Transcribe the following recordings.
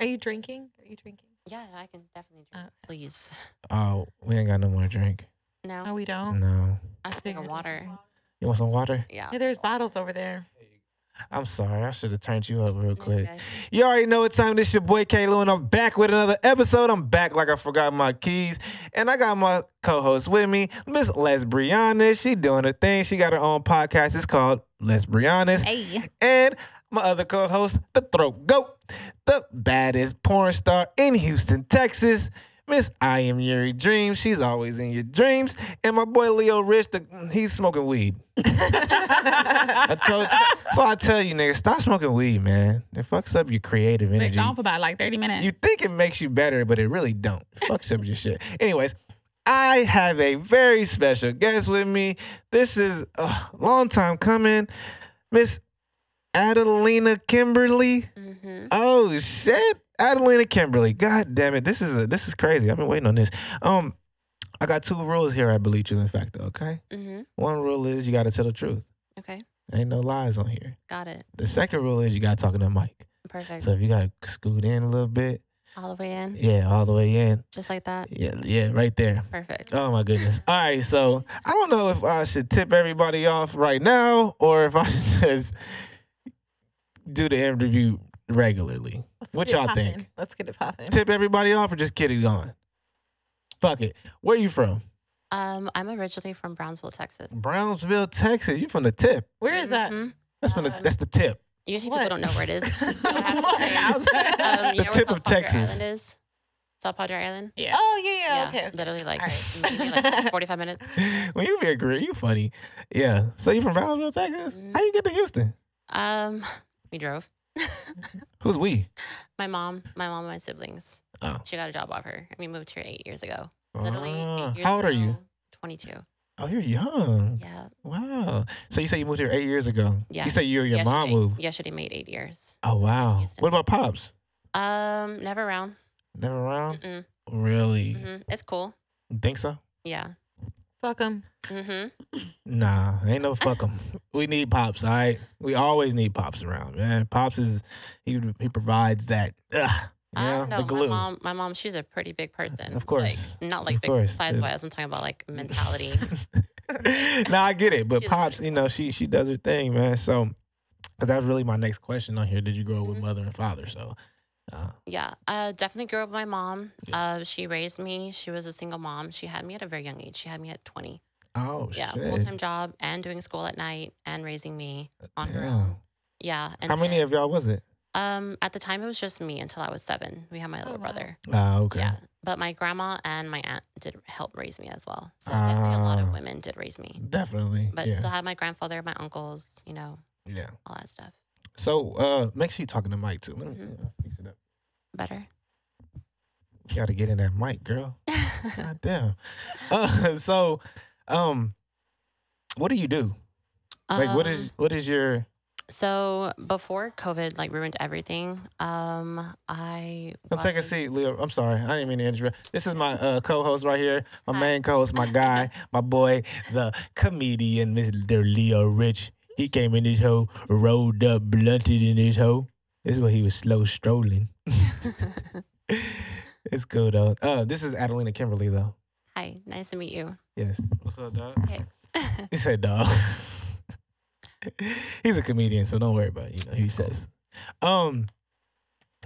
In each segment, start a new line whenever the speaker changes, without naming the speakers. Are you drinking? Are you drinking?
Yeah, I can definitely drink.
Okay.
Please.
Oh, we ain't got no more drink.
No.
No, we don't.
No.
I just think of
figured.
water.
You want some water?
Yeah.
Yeah, there's bottles over there.
I'm sorry. I should have turned you up real
No,
quick.
guys.
You already know what time this your boy Kalo, and I'm back with another episode. I'm back like I forgot my keys. And I got my co-host with me, Miss Les Brianna. She doing her thing. She got her own podcast. It's called Les Brianna's.
Hey.
And my other co-host, the throat goat, the baddest porn star in Houston, Texas. Miss I am Yuri Dream. She's always in your dreams. And my boy Leo Rich, the, he's smoking weed. I told, so I tell you, nigga, stop smoking weed, man. It fucks up your creative
They're
energy.
gone for about like 30 minutes.
You think it makes you better, but it really don't. It fucks up your shit. Anyways, I have a very special guest with me. This is a long time coming. Miss Adelina Kimberly.
Mm-hmm.
Oh shit. Adelina Kimberly. God damn it. This is a, this is crazy. I've been waiting on this. Um, I got two rules here I believe you in fact, okay?
Mm-hmm.
One rule is you gotta tell the truth.
Okay.
Ain't no lies on here.
Got it.
The second rule is you gotta talk to the mic.
Perfect.
So if you gotta scoot in a little bit,
All the way in.
yeah, all the way in.
Just like that.
Yeah, yeah, right there.
Perfect.
Oh my goodness. All right, so I don't know if I should tip everybody off right now or if I should just do the interview regularly.
Let's
What
get it
y'all
poppin'.
think?
Let's get it popping.
Tip everybody off or just get it going? Fuck it. Where you from?
Um, I'm originally from Brownsville, Texas.
Brownsville, Texas. You from the tip.
Where is that?
Mhm.
That's from the
Um,
that's the tip.
Usually
What?
people don't know where it is. Mm-hmm. So I have
What? I
to
was
say,
like-
um, you
The
know where
tip
South
of
Padre
Texas.
Island is? South Padre Island?
yeah.
Oh yeah, yeah. Okay. okay.
Literally like,
All right.
maybe like 45 minutes.
When you be a great, you funny. Yeah. So you from Brownsville, Texas?
Mhm.
How you get to Houston?
Um, we drove.
Who's we?
My mom, my mom, and my siblings.
Oh.
She got a job offer. and We moved here eight years ago. Literally.
Ah,
eight years
how old are
ago.
you?
22.
Oh, you're young.
Yeah.
Wow. So you say you moved here eight years ago.
Yeah.
You say you or your
yesterday,
mom moved.
Yesterday made eight years.
Oh wow.
Houston.
What about pops?
Um, never around.
Never around.
Mm-mm.
Really?
hmm It's cool.
Think so?
Yeah.
Fuck 'em.
Mm-hmm.
Nah, ain't no fuck 'em. we need pops, all right. We always need pops around, man. Pops is he he provides that. Ugh, you
I
know,
don't know.
the glue.
My mom, my mom, she's a pretty big person.
Of course.
Like, not
Of
like big
course,
size
yeah.
wise. I'm talking about like mentality.
now I get it, but
She's
pops,
really
you know, she she does her thing, man. So, because that's really my next question on here. Did you grow up with
Mhm.
mother and father? So, uh,
yeah. Uh, definitely grew up with my mom.
Yeah.
Uh, she raised me. She was a single mom. She had me at a very young age. She had me at 20.
oh
yeah.
shit.
Full time job and doing school at night and raising me on her
Damn.
own. Yeah. And
How many
then-
of y'all was it?
Um, at the time it was just me until I was seven. We had my little
wow.
brother.
Ah, okay.
Yeah. But my grandma and my aunt did help raise me as well. So definitely a lot
Ah.
of women did raise me.
Definitely.
But
yeah.
still had my grandfather, my uncles, you know,
yeah.
all that stuff.
So uh make sure you talking to Mike too. Let me
Mhm.
yeah, fix it up.
Better.
You gotta get in that mic, girl. God damn. Uh, so um what do you do? Like what is
Um,
what is your
so before COVID like ruined everything, um I
Come take a
was-
seat, Leo. I'm sorry. I didn't mean to interrupt. This is my uh, co-host right here. My
Hi.
main co-host, my guy, my boy, the comedian, Mr. Leo Rich. He came in this hole, rolled up, blunted in this hole. This is where he was slow strolling. it's cool though. Uh, this is Adelina Kimberly though.
Hi, nice to meet you.
Yes. What's up, dog?
Okay.
He said dog. He's a comedian, so don't worry about it. You know, he says. Um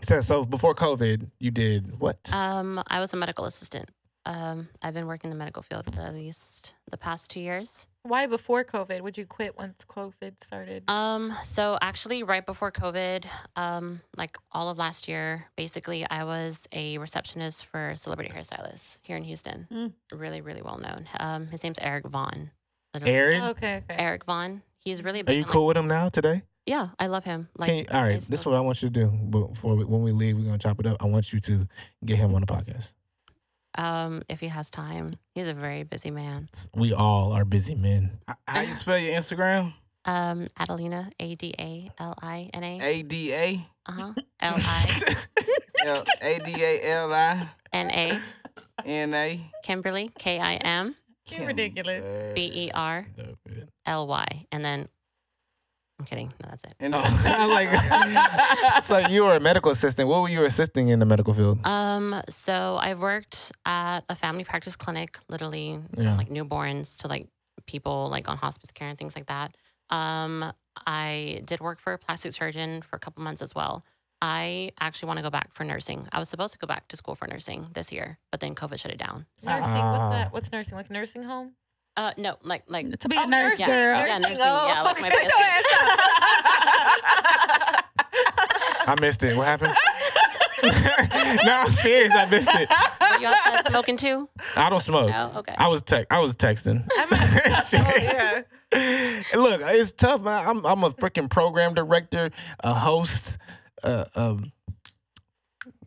he says, so before COVID, you did what?
Um, I was a medical assistant. Um, I've been working in the medical field at least the past two years.
Why before COVID would you quit once COVID started?
Um, so actually, right before COVID, um, like all of last year, basically, I was a receptionist for Celebrity Hairstylist here in Houston.
Mm.
Really, really well known. Um, his name's Eric Vaughn. Literally.
Aaron?
okay, okay.
Eric Vaughn. He's really.
Are
big
you
on, like-
cool with him now today?
yeah, I love him. Like,
Can you, all right,
it's
this is
still-
what I want you to do. Before we, when we leave, we're gonna chop it up. I want you to get him on the podcast.
um, if he has time, he's a very busy man.
We all are busy men.
How you spell your Instagram?
Um, Adelina, A D A L I N A,
A D A.
uh huh, L I
L- A D A L I
N A,
N A.
Kimberly, K I M
You're ridiculous.
B E R
No, man.
L Y, and then I'm kidding. No, that's it.
And
I'm like, so you were a medical assistant. What were you assisting in the medical field?
Um, so I've worked at a family practice clinic, literally from,
Yeah.
like newborns to like people like on hospice care and things like that. Um, I did work for a plastic surgeon for a couple months as well. I actually want to go back for nursing. I was supposed to go back to school for nursing this year, but then COVID shut it down. So
Nursing.
Ah.
What's that? What's nursing? Like a nursing home?
uh no, like like
To be a nurse,
yeah,
girl.
yeah, nursing, yeah, like my
Shut your
basic-
ass up.
I missed it. What happened? no, I'm serious. I missed it.
Were you outside smoking too?
I don't smoke.
No, okay.
I was tech. I was texting.
oh, yeah.
Look, it's tough. Man. I'm I'm a freaking program director, a host, uh, um,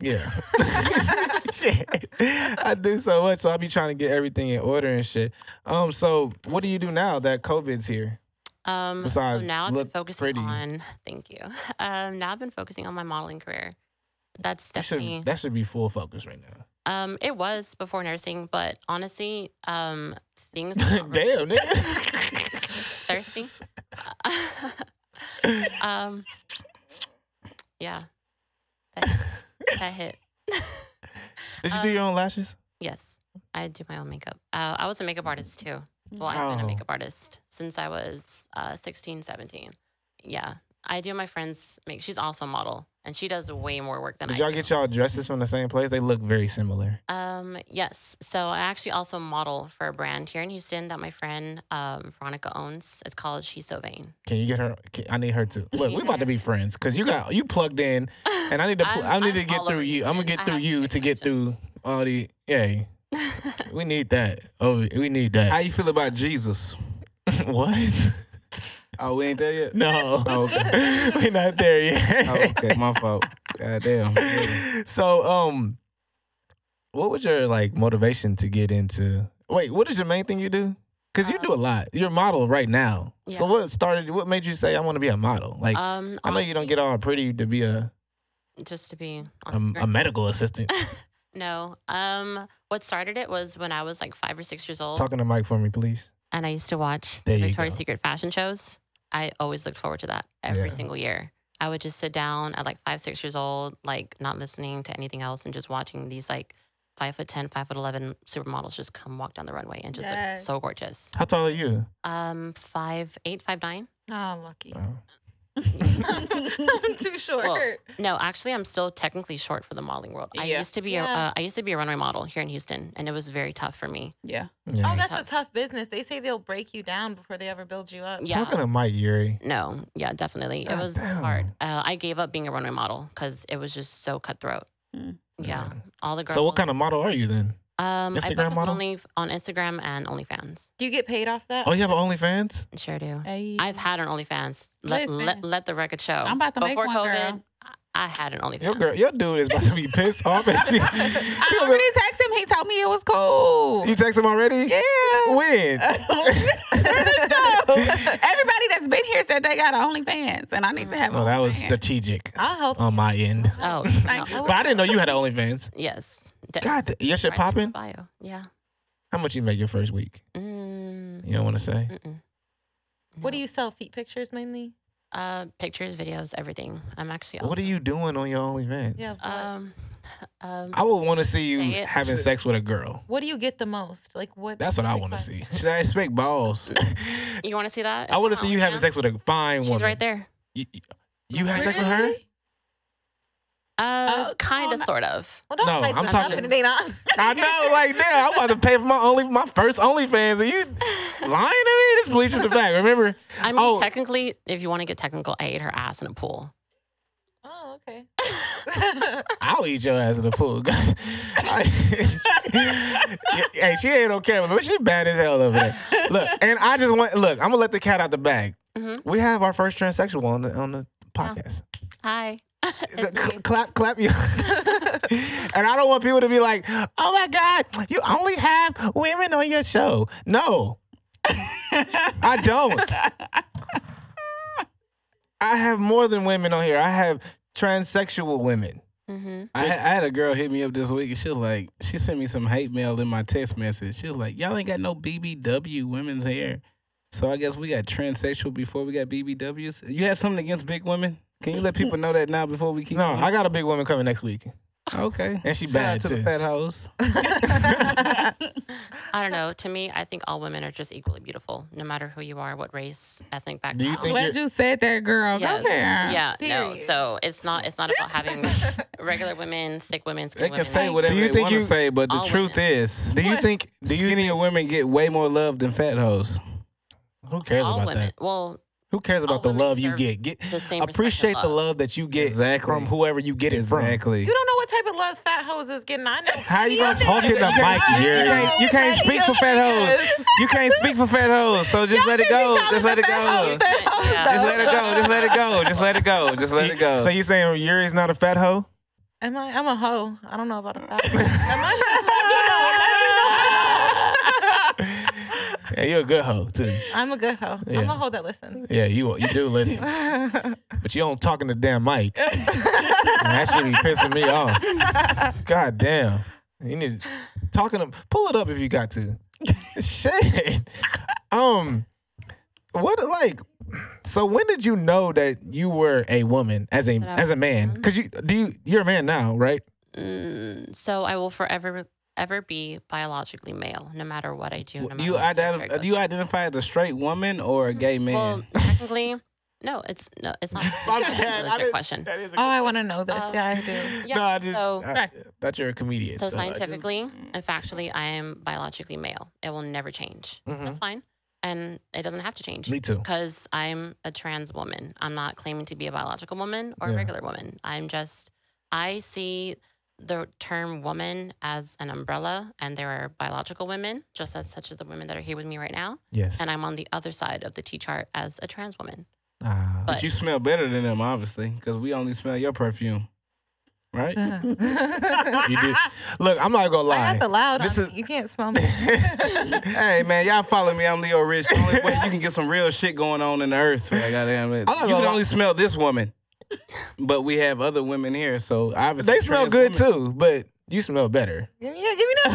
yeah. shit. I do so much, so I be trying to get everything in order and shit. Um, so what do you do now that COVID's here?
Um,
Besides,
so now I've been
look
focusing
pretty.
on. Thank you. Um, now I've been focusing on my modeling career. That's
That
definitely.
should that should be full focus right now.
Um, it was before nursing, but honestly, um, things are not really
Damn, nigga.
thirsty. um, yeah, that, that hit.
Did you do your own lashes?
Yes, I do my own makeup. Uh, I was a makeup artist too.
Mm-hmm.
Well, I've been
Wow.
a makeup artist since I was uh, 16, 17. Yeah, I do my friend's make. She's also a model, and she does way more work than
Did
Um, I
y'all
do.
get y'all dresses from the same place? They look very similar.
Um, yes. So I actually also model for a brand here in Houston that my friend um, Veronica owns. It's called She's So Vain.
Can you get her? Can, I need her too. Look, we
need
about to
her.
be friends because you got you plugged in, and I need to. Pl- I
I'm-
need to
I'm
get
all
through
over
you. I'm gonna
Houston.
get
I
through
have
you
good
to get through
connections.
all the. Yeah, we need that. Oh, we need that.
How you feel about Jesus?
what?
Oh, we ain't there yet. Oh,
No,
okay.
we're not there yet.
Oh, okay, my fault. God damn.
So, um, what was your like motivation to get into? Wait, what is your main thing you do? Because you do a lot. You're a model right now. So
Uh, Yeah.
what started? What made you say I want to be a model? Like
Um,
I know you don't
honestly,
get all pretty to be a Um,
just to be
a,
on
a medical assistant.
No. Um, what started it was when I was like five or six years old,
Talking to Mike for me, please.
and I used to watch
There
the
you
Victoria's
go.
Secret fashion shows. I always looked forward to that every
Yeah.
single year. I would just sit down at like five, six years old, like not listening to anything else and just watching these like five foot ten, five foot eleven supermodels just come walk down the runway and just
Yes.
look so gorgeous.
How tall are you?
Um, five eight, five nine.
Oh, lucky.
Oh.
I'm too short.
Well, no, actually, I'm still technically short for the modeling world. I
Yeah.
used to be a,
Yeah.
uh, I used to be a runway model here in Houston, and it was very tough for me.
Yeah.
Yeah.
oh, that's a tough business. They say they'll break you down before they ever build you up.
Yeah.
Talking to Mike Yuri.
No, yeah, definitely, it
God
was
damn.
hard. Uh, I gave up being a runway model because it was just so cutthroat.
Mm.
Yeah, all the girls.
So what kind of model are you then?
um, I
Instagram
focus
model?
only on Instagram and OnlyFans.
Do you get paid off that?
Oh, you have an OnlyFans?
Sure do.
Hey.
I've had an OnlyFans. Let,
Listen.
let, let the record show.
I'm about to make
Before
one,
COVID,
girl.
I- I had an OnlyFans.
Your girl, your dude is about to be pissed off at you.
I already text him. He told me it was cool.
You text him already?
Yeah.
When?
Everybody that's been here said they got OnlyFans, and I need to have.
Oh, that was
OnlyFans.
strategic
I'll help.
on my end.
Oh,
Thank
no,
you.
But I didn't know you had an OnlyFans.
yes. That-
God, th- your shit
right in
popping?
the Bio. Yeah.
How much you make your first week?
Mm,
You don't want to say?
mm-mm.
What do you sell? Feet pictures mainly?
Uh, pictures, videos, everything. I'm actually.
What are you doing on your OnlyFans?
Yeah.
also- Um, um,
I would want to see you
Say it.
having sex with a girl.
What do you get the most? Like what?
That's what I
like,
want to
what-
see.
Should I expect balls?
you want to see that?
I want to
It's
see
on
you having
OnlyFans.
sex with a fine
She's
woman.
right there.
You, you had sex with her?
Really?
Uh,
Oh, come
kind of,
on.
sort of.
Well, don't
No,
hype
I'm
them
talking-
up and they not.
I know, like damn, I'm about to pay for my only my first OnlyFans. Are you lying to me? This bleach with the fact. Remember?
I mean,
Oh.
technically, if you want to get technical, I ate her ass in a pool.
Oh, okay.
I'll eat your ass in the pool. guys. I- hey, she ain't on camera, but she bad as hell over there. Look, and I just want look, I'm gonna let the cat out the bag.
Mhm.
We have our first transsexual on the on the
Oh.
podcast.
Hi.
Cl-
It's
cl-
me.
clap, clap you. and I don't want people to be like, oh my God, you only have women on your show. No, I don't. I have more than women on here. I have transsexual women.
Mhm.
I, I had a girl hit me up this week and she was like, she sent me some hate mail in my text message. She was like, y'all ain't got no BBW women's hair. So I guess we got transsexual before we got BBWs. You have something against big women? Can you let people know that now before we keep?
No,
Mm-hmm.
I got a big woman coming next week.
okay.
And she
Shout
bad,
out to
too.
the fat hoes.
I don't know. To me, I think all women are just equally beautiful, no matter who you are, what race, ethnic background.
you think-
Glad you said that, girl.
Yes.
Go there.
Yeah, no.
Period.
So it's not it's not about having regular women, thick women, skinny
They can
women.
say whatever
Do you
they
think
want to
you-
say, but the
All
truth is,
Do you
What?
think? Do you?
skinnier women get way more love than fat hoes.
Who cares
all
about
women.
that?
Well,
Who cares
all
about the
women
love you
deserve
get? Get
the same. respect and
appreciate the love that you get
Exactly.
from whoever you get it from.
Exactly.
You don't know what type of love fat hoes is getting. I know.
How you gonna
Anything
talk in
that-
the mic,
You
Yuri?
can't, you can't speak for fat hoes. You can't speak for fat hoes. So just let it go. Just let it go. Just let it go. Just let it go. Just let it go. Just let it
So
go.
you saying Yuri's not a fat hoe?
Am I? I'm a hoe. I don't know about a fat. hoe. Am I? You know, you know, you
Yeah, you're a good hoe too.
know. I'm a good hoe. I'm
Yeah.
a hoe that listens.
Yeah, you you do listen, but you don't talk in the damn mic. And that should be pissing me off. God damn, you need to- talking to pull it up if you got to. Shit. Um, what like? So when did you know that you were a woman as a
That I
as
was
a
a
man?
woman?
Because you do you you're a man now, right?
Mm, so I will forever ever be biologically male, no matter what I do. No
Do
matter
you
what surgery I
identify?
go
Do you identify as a straight woman or a gay
through. Well,
man?
technically, no. It's no. It's not. That's your question.
That is a
Oh, I want to know this.
Um,
yeah, I do.
Yeah.
no, I just
so.
I, I thought you were a comedian.
so
I Mm. just-
scientifically and factually, I am biologically male. It will never change. That's fine, and it doesn't have to change.
Mm-hmm. me too.
because I'm a trans woman. I'm not claiming to be a biological woman or
Yeah.
a regular woman. I'm just, I see the term woman as an umbrella, and there are biological women, just as such as the women that are here with me right now.
Yes.
And I'm on the other side of the T chart as a trans woman.
Ah.
But you smell better than them, obviously, because we only smell your perfume, right?
You do. Look, I'm not gonna
I
lie.
got the loud
This
on
is-
me. You can't smell me.
hey man, y'all follow me. I'm Leo Rich. The only way you can get some real shit going on in the earth. Like, goddamn it.
I like
You
all
can
that.
only smell this woman, but we have other women here, so obviously
they smell
trans
good
women-
too, but you smell better.
give me, give me that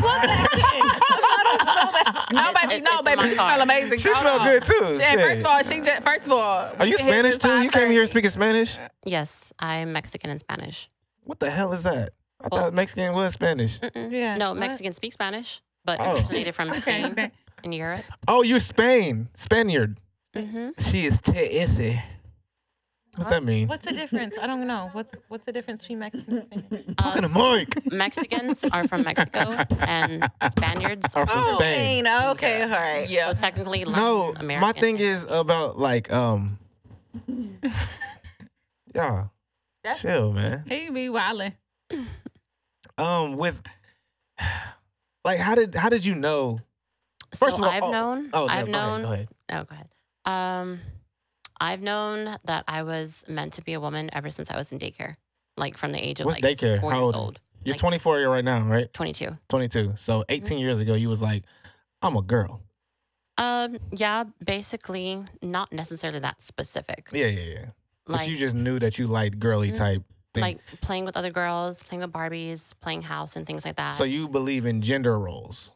plug back in.
No, baby,
It's-
no,
it's
baby.
my
You
car.
smell amazing.
She
Hold
smell
on.
good too.
Jen,
shit.
first of all, she just, first of all,
Are you Spanish too? You came here speaking Spanish?
Yes, I'm Mexican and Spanish.
Uh, What the hell is that? I
Well-
thought Mexican was Spanish.
Mm-mm.
Yeah.
No,
What?
Mexicans speak Spanish, but
Oh.
originated from Spain
okay.
in Europe.
Oh, you Spain. Spaniard.
hmm
Mm-hmm.
She is te ese.
What's that mean?
What's the difference? I don't know. What's what's the difference between Mexican and Spanish?
Talking to Mike.
Uh, Mexicans are from Mexico, and Spaniards
Or from Spain.
Okay, all right.
So technically, Latin
No,
American.
my thing is about like um Yeah. Chill, man.
He be wildin'.
Um with like how did how did you know?
So
First of all,
I've
oh,
known.
Oh, no,
I've
go
known.
Ahead, go ahead.
Oh, go ahead. Um, I've known that I was meant to be a woman ever since I was in daycare, like from the age of
What's
like
daycare?
four
How
years
old?
old,
You're
like- Mm-hmm.
24 year right now, right?
twenty-two.
22. So 18 years ago, you was like, I'm a girl.
Um, yeah, basically not necessarily that specific.
Yeah, yeah, yeah.
like,
but you just knew that you liked girly
Mhm.
type. thing.
like playing with other girls, playing with Barbies, playing house, and things like that.
So you believe in gender roles.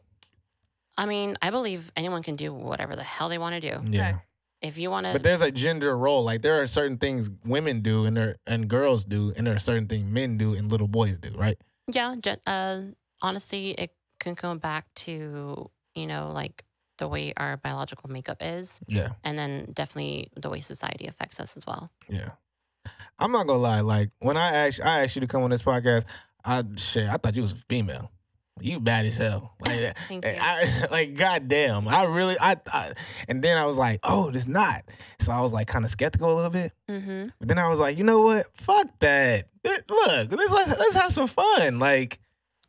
I mean, I believe anyone can do whatever the hell they want to do.
Yeah.
If you want
Mm. But
to,
there's a gender role. Like there are certain things women do and there and girls do, and there are certain things men do and little boys do, right?
yeah. gen- Uh, honestly, it can go back to you know like the way our biological makeup is.
Yeah.
and then definitely the way society affects us as well.
Yeah. I'm not gonna lie, like when I asked I asked you to come on this podcast, I
Mm,
shit, I thought you was a female. You bad as hell. Like that.
Thank you.
Eh, I, like goddamn, I really I, I and then I was like, oh, it's not. So I was like kind of skeptical a little bit.
Mm-hmm.
But then I was like, you know what? Fuck that. Th- Look, let's like, let's have some fun. Like,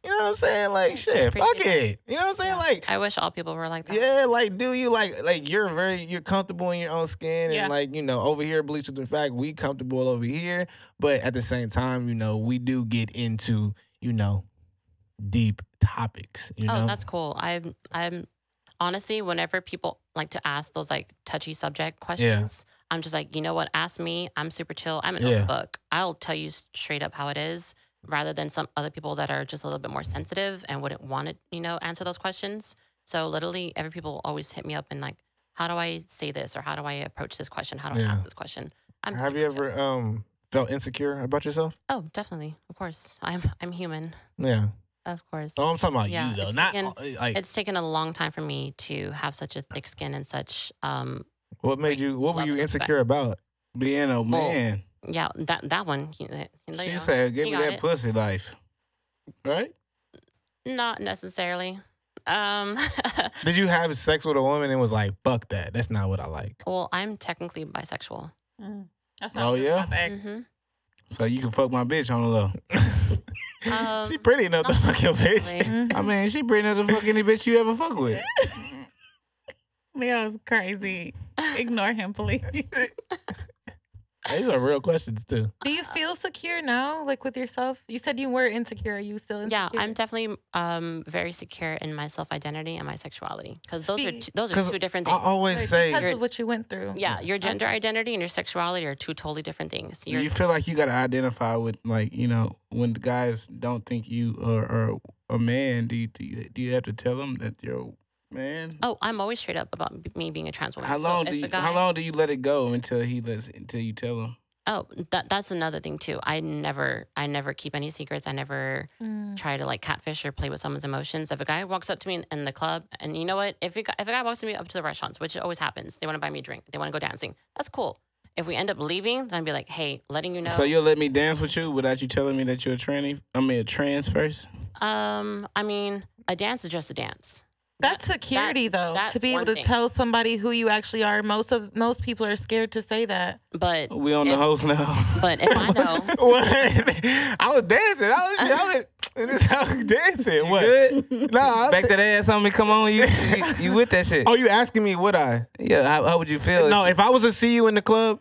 you know what I'm saying? Like, shit,
appreciate
fuck
that.
it. You know what I'm saying? Like,
I wish all people were like that.
yeah, like, do you like like you're very you're comfortable in your own skin
Yeah.
and like you know over here, bleach the fact we comfortable over here, but at the same time, you know we do get into you know deep topics. You
oh,
know,
that's cool. I'm I'm honestly whenever people like to ask those like touchy subject questions, I'm just like, you know what? Ask me. I'm super chill. I'm an
Yeah.
open book. I'll tell you straight up how it is, rather than some other people that are just a little bit more sensitive and wouldn't want to, you know, answer those questions. So literally, every people always hit me up and like, how do I say this or how do I approach this question? How do I
Yeah.
ask this question? I'm
Have
super
you
chill.
ever um felt insecure about yourself?
Oh, definitely. Of course. I'm I'm human.
Yeah.
Of course.
Oh, I'm talking about
Yeah,
you though,
it's
not
taken-
uh, like
It's taken a long time for me to have such a thick skin and such um
what made you. What were
love
you
and respect.
insecure about?
Being a
Oh,
man.
yeah, that that one. you- that- you
she
know,
said, give
you
me
got
that
it.
pussy life. Right?
Not necessarily. Um
Did you have sex with a woman and was like, "Fuck that, that's not what I like."
well, I'm technically bisexual.
Mm. That's
Oh,
what
yeah?
I'm asking.
hmm
So you can fuck my bitch on the low.
Um,
she pretty enough to
not
fuck your bitch.
Really.
Mm-hmm.
I mean, she bring up the fuck any bitch you ever fuck with.
Leo's crazy. Ignore him, please.
These are real questions too.
Do you feel secure now, like with yourself? You said you were insecure. Are you still insecure?
Yeah, I'm definitely um, very secure in my self identity and my sexuality because those are
Be-
t- those are
'Cause
two different
I
things.
uh-uh.
Like,
always say,
because of what you went through.
yeah, your gender identity and your sexuality are two totally different things.
Do
Your
you feel like you gotta identify with like you know when the guys don't think you are, are a man? Do you, do you do you have to tell them that you're a man?
Oh, I'm always straight up about b- me being a trans woman.
How
So
long
if
do
the
you,
guy-
how long do you let it go until he lets until you tell him?
Oh, that that's another thing too. I never I never keep any secrets. I never
Mm.
try to like catfish or play with someone's emotions. If a guy walks up to me in, in the club, and you know what, if a, gu- if a guy walks to me up to the restaurants, which always happens, they want to buy me a drink, they want to go dancing. That's cool. If we end up leaving, then I'd be like, hey, letting you know.
So you'll let me dance with you without you telling me that you're a tranny? I mean a trans first.
um, I mean, a dance is just a dance.
That's security, though,
that's
to be
one
able to
thing.
tell somebody who you actually are. Most of most people are scared to say that.
But
We on the
If-
host now.
but if I know,
"What?" I was dancing. I was, I was, I was dancing. What?
Good.
No, I
Back
think-
that ass on me. Come on, you you, you with that shit?
Oh, you asking me? Would I?
Yeah. How, how would you feel?
No,
if,
if I was to see you in the club,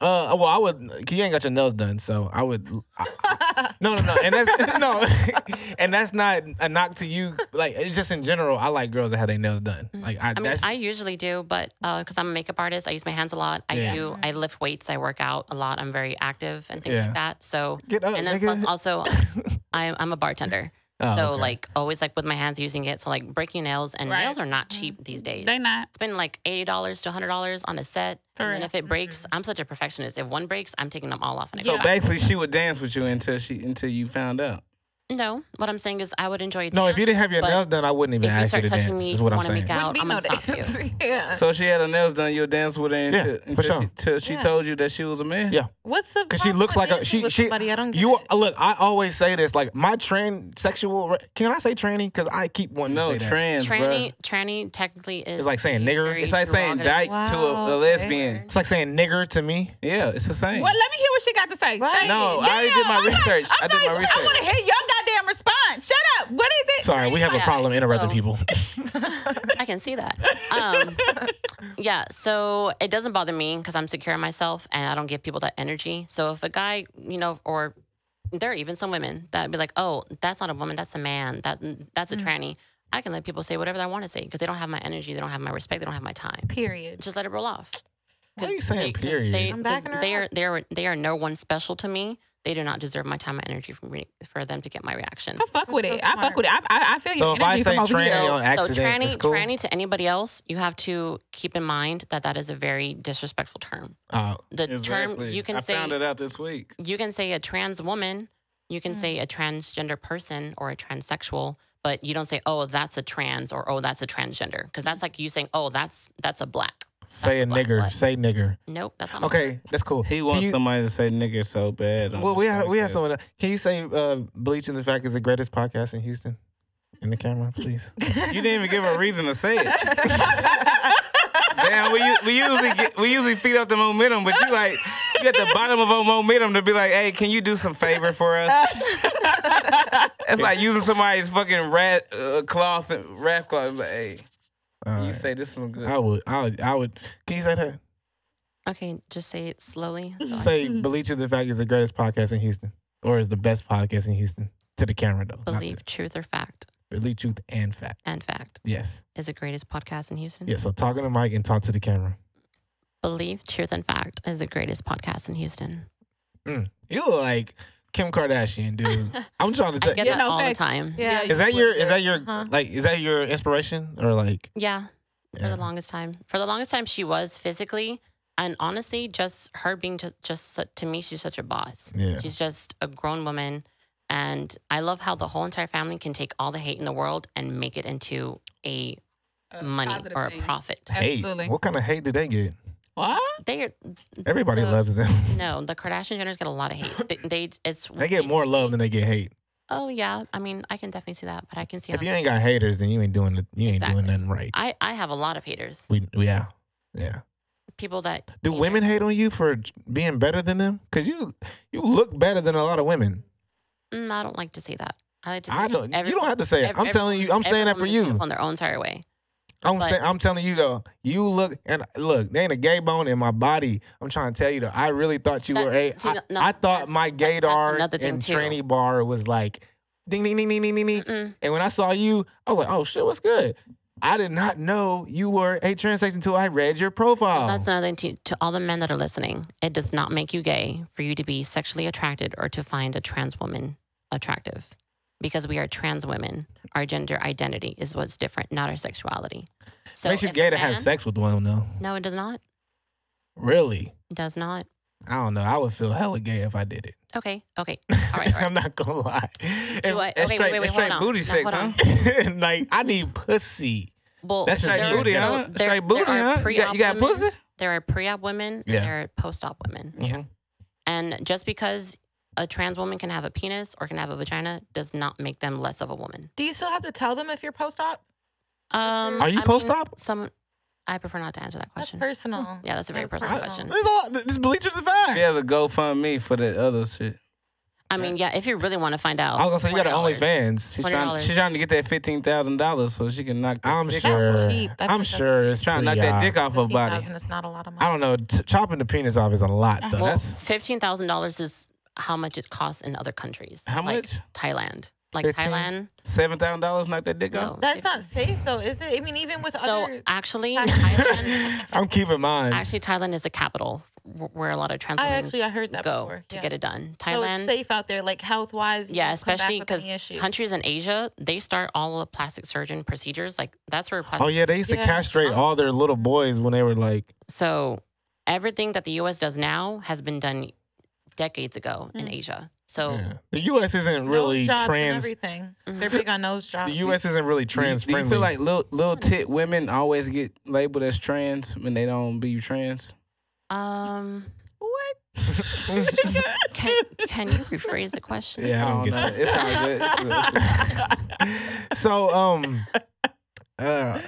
uh, well, I would. 'cause You ain't got your nails done, so I would. I- I- no, no, no, and that's no, and that's not a knock to you. Like it's just in general, I like girls that have their nails done. Like I,
Mm-hmm. I mean,
that's
I usually do, but because I'm a makeup artist, I use my hands a lot. I
Yeah.
do. I lift weights. I work out a lot. I'm very active and things
Yeah.
like that. So,
get up,
and then
nigga.
plus also, I'm, I'm a bartender.
Oh,
so
okay.
like always like with my hands using it. So like breaking nails and
Right. Mm-hmm.
nails are not cheap these days.
They not.
it's been like eighty dollars to hundred dollars on a set.
For
and then
real. Mm-hmm.
if it breaks, I'm such a perfectionist. If one breaks, I'm taking them all off. And I
so
go back.
basically, she would dance with you until she until you found out.
no, what I'm saying is I would enjoy.
no, if
dance.
you didn't have your
but
nails done, I wouldn't even
if you
ask you
start
to
touching
dance.
me,
is what I'm
wanna
saying.
make out,
Wouldn't
I'm
be no
gonna stop you.
dance.
Uh,
yeah.
So if she had her nails done. You'll dance with her
Yeah,
until,
for
until
sure.
she, till she
Yeah.
told you that she was a man.
Yeah.
What's the?
Because she
problem
looks
with
like a
dancing
she
with
she.
somebody? I don't get
you
it.
look. I always say this. Like my transsexual. Can I say tranny? Because I keep wanting
No
to say that.
trans,
Tranny,
bro.
tranny technically is.
It's like saying
a
nigger.
very
It's like saying
derogative-
dyke to
Wow,
a, a
okay.
lesbian.
It's like saying nigger to me.
Yeah, it's the same.
Well, let me hear what she got to say.
Right.
Thank
No,
you.
I already did
I'm
my
not-
research.
I'm
I did
not-
my
I
research.
want to hear your goddamn response. Shut up. What is it?
Sorry, we have a
Yeah,
problem interrupting
so-
people.
I can see that. Um, yeah, so it doesn't bother me because I'm secure in myself and I don't give people that energy. So if a guy, you know, or there are even some women that be like, "Oh, that's not a woman, that's a man. That that's
Mm.
a tranny." I can let people say whatever they want to say because they don't have my energy, they don't have my respect, they don't have my time.
Period.
Just let it roll off.
Why are
'Cause
you saying
they- 'cause
period?
They,
I'm
'cause
backing her
they are
up.
they are they are no one special to me. They do not deserve my time and energy from me, for them to get my reaction.
I fuck with
That's
it.
so
I
smart.
fuck with it. I, I, I feel your
So if I
energy
say
from over
tranny
here.
on accident,
so tranny,
it's cool?
tranny to anybody else, you have to keep in mind that that is a very disrespectful term.
Uh,
The term
Exactly.
you can
I
say
found it out this week.
you can say a trans woman, you
Hmm.
can say a transgender person or a transsexual, but you don't say oh that's a trans or oh that's a transgender because that's like you saying oh that's that's a black.
say
That's a
a
black
nigger.
one.
Say nigger.
Nope, that's not my-
Okay, that's cool.
He
Can
wants
you-
somebody to say nigger so bad. on
Well,
the
we had we had
podcast.
someone. else. Can you say uh, "Bleach and the Fact" is the greatest podcast in Houston? In the camera, please.
You didn't even give a reason to say it. Damn, we, u- we usually get, we usually feed up the momentum, but you like you at the bottom of our momentum to be like, hey, can you do some favor for us? It's like using somebody's fucking rat uh, cloth, wrap cloth. But, hey,
All
you
right.
say this is some good.
I would. I would. I would. Can you say that?
okay, just say it slowly.
Say
hmm.
"Bleach and the Fact" is the greatest podcast in Houston, or is the best podcast in Houston? To the camera though. not
Believe truth or fact
to- Believe truth and fact.
and fact
Yes.
is the greatest podcast in Houston.
Yeah. So talk to the mic and talk to the camera.
Believe truth and fact is the greatest podcast in Houston.
Mm. You look like Kim Kardashian, dude. I'm trying to
I
tell
get
you.
that
no
all the
fact.
time.
Yeah.
Uh-huh.
Is that your is that your like is that your inspiration or like
Yeah, for the longest time. For the longest time, she was physically, and honestly, just her being just, just su- to me, she's such a boss.
Yeah.
She's just a grown woman, and I love how the whole entire family can take all the hate in the world and make it into a money
positive
or a
thing.
profit.
Hate.
Absolutely.
What kind of hate did they get?
What?
They are
Everybody loves them.
no, the Kardashian Jenners get a lot of hate. They, they it's
They get more love than they get hate.
Oh yeah, I mean, I can definitely see that, but I can see
If you
how
ain't got haters, then you ain't doing it. You ain't
Exactly.
doing nothing right.
I I have a lot of haters.
We yeah yeah.
People that
Do
you know,
women hate on you for being better than them? Cause you you look better than a lot of women.
Mm, I don't like to say that. I like to. Say
I don't.
every-
you don't have to say it.
every-
I'm telling you. I'm
every
saying that for
woman is
you.
beautiful in their own entire way.
I'm
But-
saying, I'm telling you though, you look and look, there ain't a gay bone in my body. I'm trying to tell you though, I really thought you
That-
were a.
see,
I-
no- no,
I thought
that's-
my
that- that's
gaydar
another thing,
and
too.
tranny bar was like, ding ding ding ding ding ding ding.
Mm-mm.
And when I saw you, I was like, oh shit, what's good? I did not know you were a transsexual until I read your profile.
That's another thing to, to all the men that are listening. It does not make you gay for you to be sexually attracted or to find a trans woman attractive, because we are trans women. Our gender identity is what's different, not our sexuality. So
Makes you
Oh, if a
gay to have
man-
sex with one though.
No, it does not.
Really?
It does not.
I don't know. I would feel hella gay if I did it.
Okay. Okay. All right. All right.
I'm not gonna lie.
Do I-
It's
okay, wait,
straight-
wait,
it's
wait,
straight
hold on.
booty
Now,
sex,
hold on.
booty. like I need pussy.
Well,
That's just
there
straight
are-
booty,
so
huh?
there-
Straight
there
booty,
are
huh? You got- you got
pre-op women,
pussy?
There are pre-op women
Yeah.
and there are post-op women.
Yeah.
And just because a trans woman can have a penis or can have a vagina does not make them less of a woman.
Do you still have to tell them if you're post op?
Um,
Are you
I mean,
post-op?
Some, I prefer not to answer that
That's
question.
personal.
yeah, that's a very
That's
personal
personal.
question.
This, all, this bleacher's the fact.
She has a GoFundMe for the other shit.
I mean, yeah, if you really want to find out,
I was gonna say you got an
$20.
OnlyFans.
She's
$20.
trying, she's trying to get that fifteen thousand dollars so she can knock. That
I'm
dick
sure.
Off.
cheap. That's-
I'm
that's
sure it's
Trying to knock that dick off her body.
15,000 is not a lot of money.
I don't know. T- chopping the penis off is a lot though.
Well,
That's
fifteen thousand dollars is how much it costs in other countries.
How
like
much?
Thailand, like
15?
Thailand.
Seven thousand dollars, knock that dick
No,
off.
That's not safe though, is it? I mean, even with
So
other.
actually,
countries.
Thailand.
I'm keeping mine.
Actually, Thailand is a capital wh- where a lot of trans
I
women
actually I heard that
go
before.
to
yeah.
get it done.
So it's
Thailand,
safe out there, like health wise.
yeah, especially
because
because countries in Asia they start all the plastic surgeon procedures like that's where plastic.
oh yeah, they used to
Yeah.
castrate all their little boys when they were like.
So everything that the U.S. does now has been done decades ago in Asia. So
Oh.
Yeah. The U.S. isn't really trans. The
everything.
Mm-hmm.
They're big on nose jobs.
U.S. isn't really trans
Do you
friendly.
feel like little little tit women always get labeled as trans when they don't be trans?
um, what? can can you rephrase the question?
yeah, I don't
I don't
get
know. It's all good. It's a- it's a-
it. So um, uh,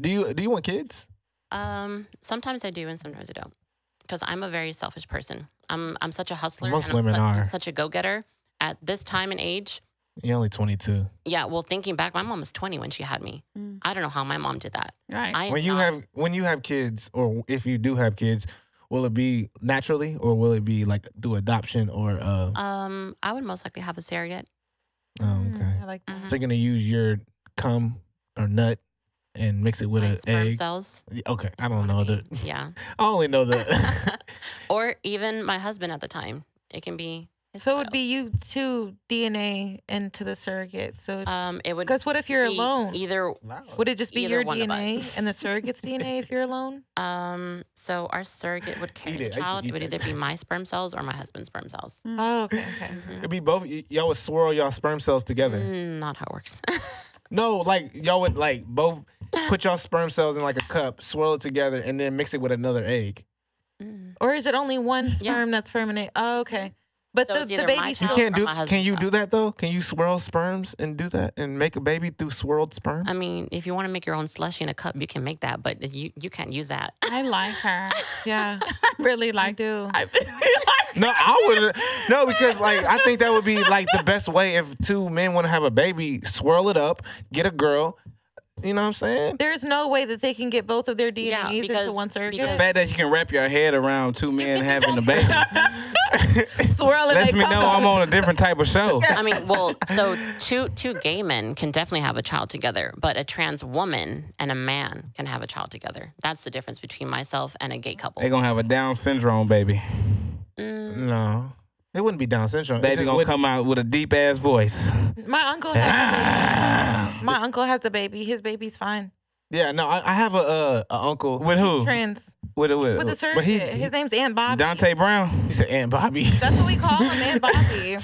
do you do you want kids?
Um, sometimes I do and sometimes I don't. Because I'm a very selfish person. I'm I'm such a hustler.
Most
and
women
I'm
are.
I'm such a go getter. At this time and age,
You're only 22.
yeah. Well, thinking back, my mom was 20 when she had me.
Mm.
I don't know how my mom did that.
Right.
I am
when you
not-
have when you have kids or if you do have kids will it be naturally or will it be like through adoption or uh
um, I would most likely have a surrogate.
oh,
Hmm.
Mm,
okay
I like that.
Mhm.
so you're gonna use your cum or nut and mix it with
my
an
sperm
egg
cells.
okay i don't know
wanna
the
be- Yeah.
i only know the
or even my husband at the time. It can be. his
So it would
child.
be you two DNA into the surrogate. So it's-
Um, it would.
because what if you're
be
alone?
Either
would it just be
either
your
one of
DNA
us.
and the surrogate's DNA if you're alone?
um, so our surrogate would carry
Eat
the
it. I used to
child.
eat
It would
that.
either be my sperm cells or my husband's sperm cells.
Oh, okay, okay.
Mm-hmm.
it'd be both y- y'all would swirl y'all sperm cells together
Mm, Not how it works.
no like y'all would like both put y'all sperm cells in like a cup swirl it together and then mix it with another egg
Or is it only one
Yeah.
sperm that's fermented? Oh, okay. But
So
the,
it's
the
either my
baby's
child-
still.
you can't
or
do
my husband's
can you
child.
do that though can you swirl sperms and do that and make a baby through swirled sperm
I mean, if you want to make your own slushy in a cup, you can make that, but you you can't use that.
I like her.
Yeah,
I really
I
like.
do.
I really like.
No, I would no because like I think that would be like the best way if two men want to have a baby, swirl it up, get a girl. You know what I'm saying?
There's no way that they can get both of their DNAs
Yeah,
into
because-
one surrogate.
because-
The fact that you can wrap your head around two men having a baby
Swirling.
lets me know I'm on a different type of show.
I mean, well, so two two gay men can definitely have a child together, but a trans woman and a man can have a child together. That's the difference between myself and a gay couple.
They gonna have a Down syndrome baby.
No, it wouldn't be Down syndrome. It
Baby
just
gonna
wouldn't-
come out with a deep ass voice.
My uncle has a baby. My uncle has a baby. His baby's fine.
Yeah, no, I, I have a, uh, a uncle.
With who?
Trans
With who? With,
with a
who?
surgeon.
he-
His name's Aunt Bobby.
Dante Brown.
He said Aunt Bobby.
That's what we call him, Aunt Bobby.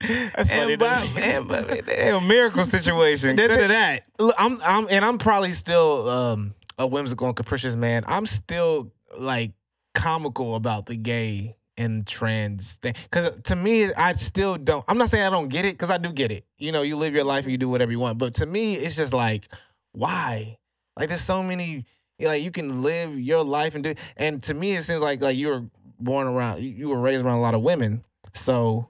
That's funny.
And
to
Bob,
me.
and Bob, a miracle situation.
That's
Good
it.
to that.
Look, I'm, I'm, and I'm probably still um, a whimsical and capricious man. I'm still like comical about the gay and trans thing. Cause to me, I still don't. I'm not saying I don't get it, cause I do get it. You know, you live your life and you do whatever you want. But to me, it's just like, why? Like, there's so many. Like, you can live your life and do. And to me, it seems like like you were born around, you- you were raised around a lot of women, so.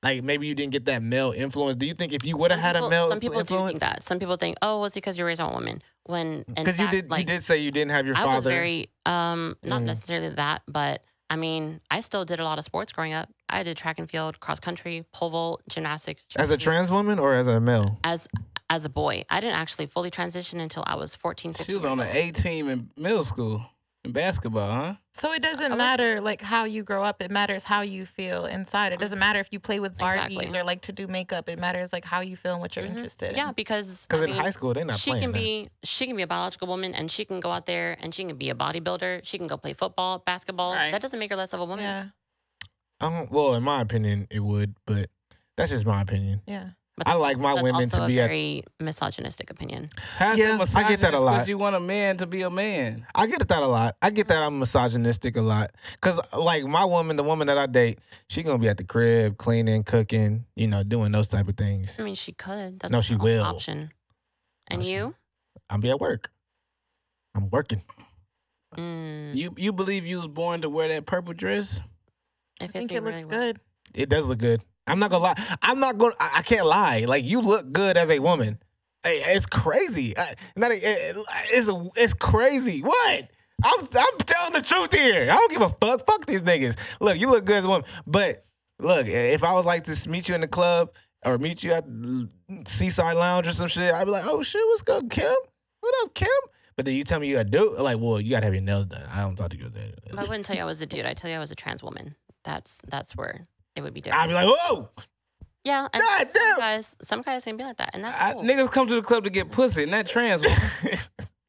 Like maybe you didn't get that male influence. Do you think if you would have
Some
had
people-
a male
Some people
influence?
do think that. Some people think, oh, well, it's because you're raised on women. When in
Because you
fact,
did,
like,
you did say you didn't have your
I
father.
was very um not
Mm.
necessarily that, but I mean, I still did a lot of sports growing up. I did track and field, cross country, pole vault, gymnastics.
as a
cheerleading.
trans woman or as a male?
as as a boy, I didn't actually fully transition until I was 14, 15
She was
years
on the
old.
A team in middle school in basketball, huh?
So it
I
doesn't
was-
matter like how you grow up. It matters how you feel inside. It doesn't matter if you play with Barbies
Exactly.
or like to do makeup. It matters like how you feel and what you're
Mhm.
interested in.
Yeah, because I
Because in
mean,
high school they're not
she
playing.
can
that.
be she can be a biological woman and she can go out there and she can be a bodybuilder. She can go play football, basketball.
Right.
That doesn't make her less of a woman.
Yeah.
I don't- well, in my opinion, it would, but that's just my opinion.
Yeah.
But
I
that's
like
also-
my
that's
women
also
to
a
be at-
very misogynistic opinion.
How's
Yeah,
it
I get that a
misogynist
lot.
'cause You want a man to be a man.
I get that a lot. I get that I'm misogynistic a lot. Cause like my woman, the woman that I date, she gonna be at the crib cleaning, cooking, you know, doing those type of things.
I mean, she could. That's
No,
not
she
an
will.
Option. And
No, she-
you?
I'll be at work. I'm working.
Mm,
You you believe you was born to wear that purple dress?
I
it fits
think
me
it looks
really well.
good.
It does look good. I'm not gonna lie. I'm not gonna. I, I can't lie. Like you look good as a woman. Hey, It's crazy. I, not a, it- it's a, it's crazy. What? I'm I'm telling the truth here. I don't give a fuck. Fuck these niggas. Look, you look good as a woman. But look, if I was like to meet you in the club or meet you at Seaside Lounge or some shit, I'd be like, oh shit, what's good, Kim? What up, Kim? But then you tell me you a dude. Like, well, you gotta have your nails done. I don't talk to you
But I
that.
wouldn't tell you I was a dude. I'd tell you I was a trans woman. That's that's where it would be different.
I'd be like, whoa.
yeah, and
God
some
damn.
guys, some guys can be like that, and that's
I,
cool.
niggas come to the club to get pussy, not trans women.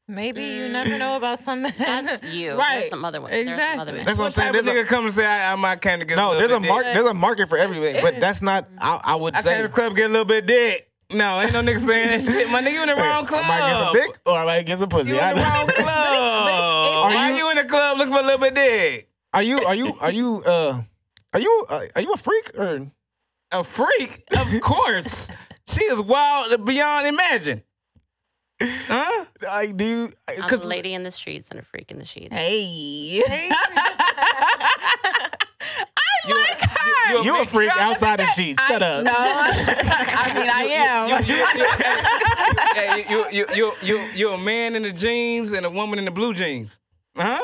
Maybe you
Mm.
never know about some men.
that's you. There's
Right.
some other women. There's some other
Exactly.
men.
That's what I'm
what
saying.
type of
There's a-
nigga come and say I, I, I came to get
No,
a little
there's a
bit
mark.
dick.
There's a market for everything, but that's not. I, I would
I
say
came to the club to get a little bit dick. No, ain't no nigga saying that shit. My nigga, you in the wrong club.
I might get some dick or I might get some pussy.
You in the
I-
wrong club.
Are
Why
you-
you, in the club looking for a little bit dick?
Are you? Are you? Are you? Uh, are you? Uh, are you a freak or?
A freak, of course. she is wild beyond imagine. Huh?
Like, do you?
I'm a lady in the streets and a freak in the sheets.
Hey.
You, like her.
You a freak outside the sheets. Shut up.
No. I mean, I am.
You, you, you, hey, you, you, you, you, you, are a man in the jeans and a woman in the blue jeans. Huh?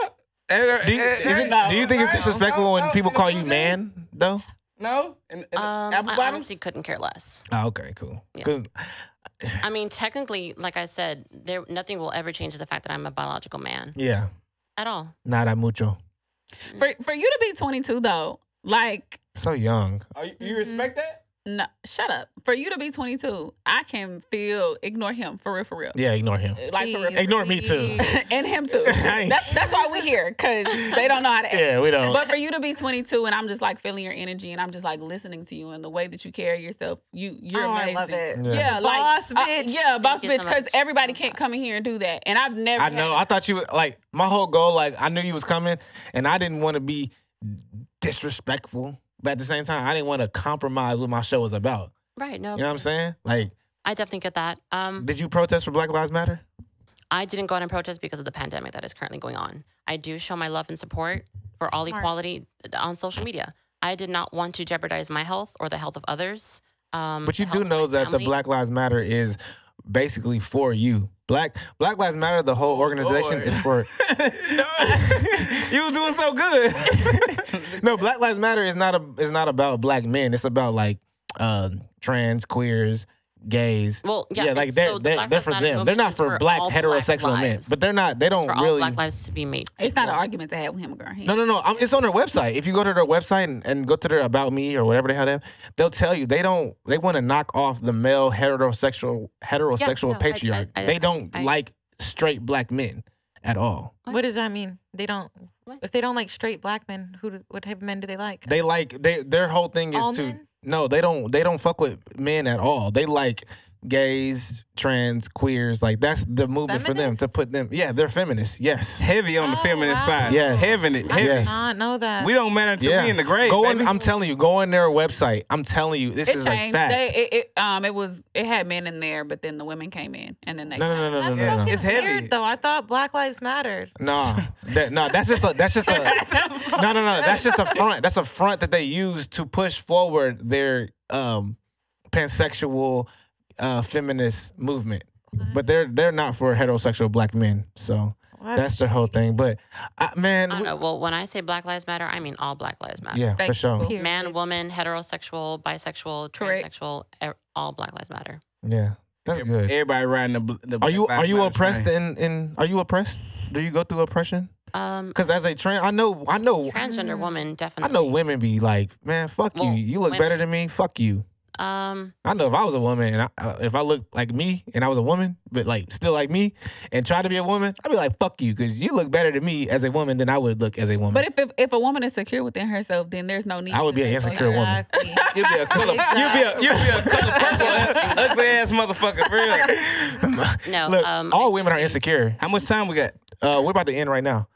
Do you, is it, do you think it's disrespectful when people call you man though?
No? And, and
Um,
apple
I
bottoms?
honestly couldn't care less.
Oh, okay, cool.
Yeah.
'Cause-
I mean, technically, like I said, there nothing will ever change the fact that I'm a biological man
Yeah,
at all.
nada mucho.
For, for you to be 22, though, like,
So young.
Are you, you respect that?
no, shut up. For you to be 22, I can feel, ignore him for real, for real.
Yeah, ignore him.
Like, for real. for
Ignore me too.
real. and him too.
Nice.
That's, that's why we here, because they don't know how to act.
Yeah, we don't.
But for you to be 22 and I'm just like feeling your energy and I'm just like listening to you and the way that you carry yourself, you you're
Oh, I
amazing.
love it.
Yeah,
Yeah.
like
Boss
uh,
bitch.
yeah, boss
you
bitch.
so
Because
much.
everybody can't come in here and do that, and I've never.
I know.
had-
I thought you like my whole goal. Like I knew you was coming, and I didn't want to be disrespectful, but at the same time, I didn't want to compromise what my show was about.
Right? No,
You know what I'm saying? Like,
I definitely get that. Um,
did you protest for Black Lives Matter?
I didn't go out and protest because of the pandemic that is currently going on. I do show my love and support for all equality uh, on social media. I did not want to jeopardize my health or the health of others. Um,
But you
the
do
health of
know
my
that the
family.
Black Lives Matter is basically for you. Black Black Lives Matter, the
Oh,
whole organization
Lord.
is for
You was doing so good.
no. Black Lives Matter is not a is not about black men. It's about like uh, trans, queers, gays.
Well, yeah,
like
it's-
they're
so the
they're,
Black
they're
Lives
for
Matter
them. They're
movement
not
is
for, black
all
heterosexual men,
lives.
but they're not. They don't
It's for all
really.
black lives to be made.
it's not an argument to have with him, girl. He-
No, no, no. Um, it's on their website. If you go to their website and, and go to their about me or whatever the hell they have, they'll tell you they don't. They want to knock off the male heterosexual heterosexual
no, I-
patriarch.
I- I-
they don't
I-
like straight black men at all.
What does that mean? They don't.
What?
If they don't like straight black men, who do- what type of men do they like?
They like they their whole thing is
All
to
men?
no, they don't they don't fuck with men at all. They like gays, trans, queers. Like that's the movement for them to
Feminists?
put them. Yeah, they're feminists. Yes.
Heavy on the
Oh,
feminist
wow.
side.
Yes.
Heavy. heavy.
I
Yes.
did not know that.
We don't matter until we in the grave.
Go on,
baby.
I'm telling you, go on their website. I'm telling you, this
It
is
changed.
a fact.
They it, it um it was it had men in there, but then the women came in and then they
no, no, no, no, no,
That's
no, no.
fucking
It's heavy.
weird, though. I thought Black Lives Mattered.
Nah, that, no, that's just a, that's just a, no, no, no, that's just a front. That's a front that they use to push forward their um pansexual uh feminist movement. But they're they're not for heterosexual black men, so
What?
that's the whole thing. But I, man,
I don't
we-
know. Well, when I say Black Lives Matter, I mean all Black Lives Matter.
yeah, for
Thank
sure,
Period.
Man, woman, heterosexual, bisexual,
Correct.
transsexual, e- all Black Lives Matter.
yeah, that's good.
Everybody riding the. bl- the
Are you
Black
are you
Lives
oppressed
train.
in in are you oppressed? Do you go through oppression?
Um,
Because as a trans, I know I know
transgender woman,
I
definitely.
know women be like, man, fuck you.
Well,
You look
women-
better than me. Fuck you.
Um,
I know if I was a woman and I, uh, if I looked like me and I was a woman, but like still like me and tried to be a woman, I'd be like, fuck you, because you look better to me as a woman than I would look as a woman.
But if, if if a woman is secure within herself, then there's no need.
I would be
to
an
say,
insecure
"Oh,
woman.
Exactly.
You'll be a color. You'll be a. You'll be a color purple ugly ass motherfucker. For real.
no.
look,
um,
all
I
women are
think-
insecure.
How much time we got?
Uh, we're about to end right now.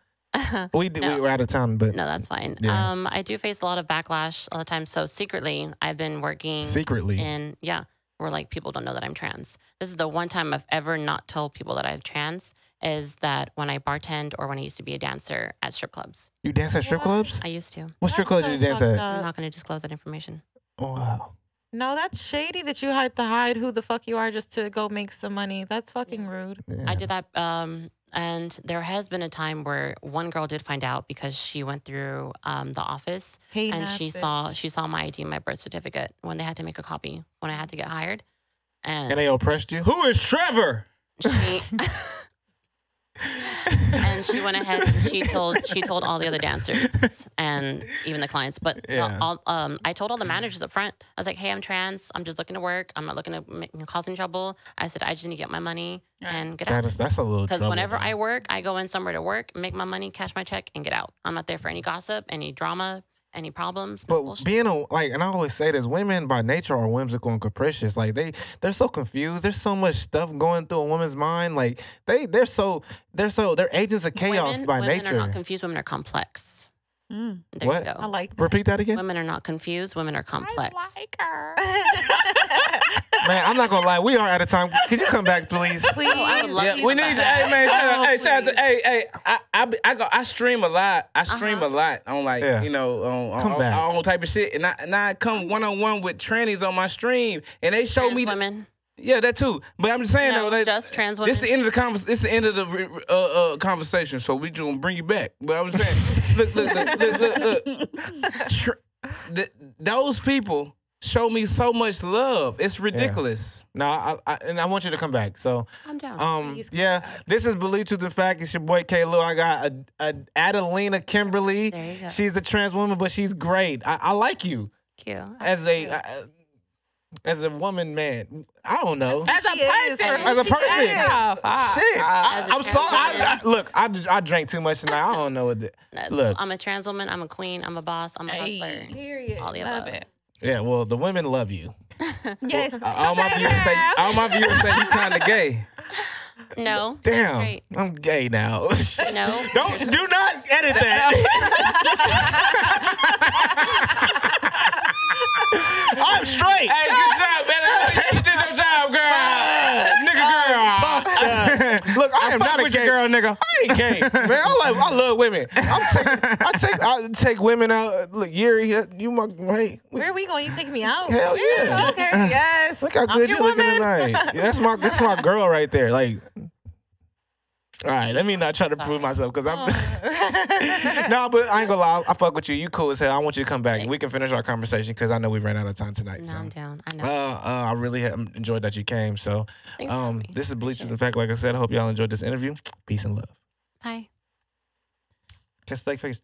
We, did,
No.
we were out of town, but
No, that's fine.
Yeah.
Um, I do face a lot of backlash all the time. So secretly, I've been working
secretly.
in yeah, where like people don't know that I'm trans. This is the one time I've ever not told people that I'm trans. Is that when I bartend or when I used to be a dancer at strip clubs?
You dance at strip
What?
clubs?
I used to.
What strip club did you
That's
dance
fucked
at?
I'm
up.
not going to disclose that information.
Oh, wow.
No, that's shady that you had to hide who the fuck you are just to go make some money. That's fucking rude.
I did that. Um, and there has been a time where one girl did find out because she went through um, the office
Hey,
and she saw she saw my ID, and my birth certificate when they had to make a copy when I had to get hired. And,
And they oppressed you?
Who is Trevor?
she and she went ahead and she told she told all the other dancers and even the clients but the-
Yeah.
all, um, i told all the managers up front i was like hey i'm trans i'm just looking to work i'm not looking to make, cause any trouble i said i just need to get my money
Right.
and get
That
out
is, that's a little
because
trouble,
whenever
though.
i work i go in somewhere to work make my money cash my check and get out i'm not there for any gossip any drama any problems no
But
bullshit.
being a like, and I always say this: women by nature are whimsical and capricious. Like they, they're so confused. There's so much stuff going through a woman's mind. Like they, they're so, they're so, they're agents of chaos
women,
by
women
nature.
are not confused women are complex
Mm.
there
What?
you go
I like that.
Repeat that again,
women are not confused women are complex
her.
man. I'm not gonna lie. We are out of time. Could you come back, please?
Please.
Oh, I would love
Yeah,
you
we
to
need you.
come
Hey man, shout out.
Oh,
Hey, shout out to.
please.
Hey, hey, I, I, be- I go. I stream a lot. I
Uh-huh.
stream a lot on like
Yeah.
you know on, on
Come
all,
back.
all type of shit, and I and I come one on one with trannies on my stream, and they show
Trans
me. the-
women
yeah, that too. But I'm just saying
No,
though, that,
just trans
This the end of the convers. This the end of the re- re- uh, uh, conversation. So we just gonna bring you back. But I was saying, look, look, look, look, look. look. Tr- th- those people show me so much love. It's ridiculous.
no, I, I, and I want you to come back. So,
I'm down.
um,
Please come
yeah, this is believe to the fact. It's your boy K. Lou. I got a, a Adelina Kimberly.
There you go.
She's a trans woman, but she's great. I, I like you
Thank you.
as a. I- as a woman, man, I don't know.
As a
She is.
person,
As a
she
person.
is.
Shit. I,
As a
I'm sorry. I,
trans
I, look, I, I drank too much tonight. I don't know what the.
That's-
Look.
I'm a trans woman. I'm a queen. I'm a boss. I'm a
Hey.
hustler.
Period.
All the
Love
above.
it.
Yeah, well, the women love you.
Yes.
Uh, all my viewers say, all my viewers say you kind of gay.
No. that's
Damn.
great.
I'm gay now.
No.
don't, do not edit that. I'm straight.
Hey, good job, man. You did your job, girl. Nigga, girl.
Uh, Look, I, am
fuck
not a
with you,
gay
girl, nigga.
I ain't gay, man. I love, I love women. I'm taking, I take, I take women out. Look, Yuri, you my, hey, we-
Where are we going? You take me out?
Hell yeah.
Okay, yes.
Look how
I'm
good you
your
looking
woman.
tonight. Yeah, that's my that's my girl right there. Like, all right, let me not try to prove myself because
Oh.
I'm. no, but I ain't gonna lie. I fuck with you. You cool as hell. I want you to come back. We can finish our conversation because I know we ran out of time tonight.
No,
so.
I'm down. I know.
Uh, uh, I really ha- enjoyed that you came. So,
Thanks for having
um,
me.
this is Bleach
Appreciate
in Fact. Like I said, I hope y'all enjoyed this interview. Peace and love.
Bye.
Kiss, like, face.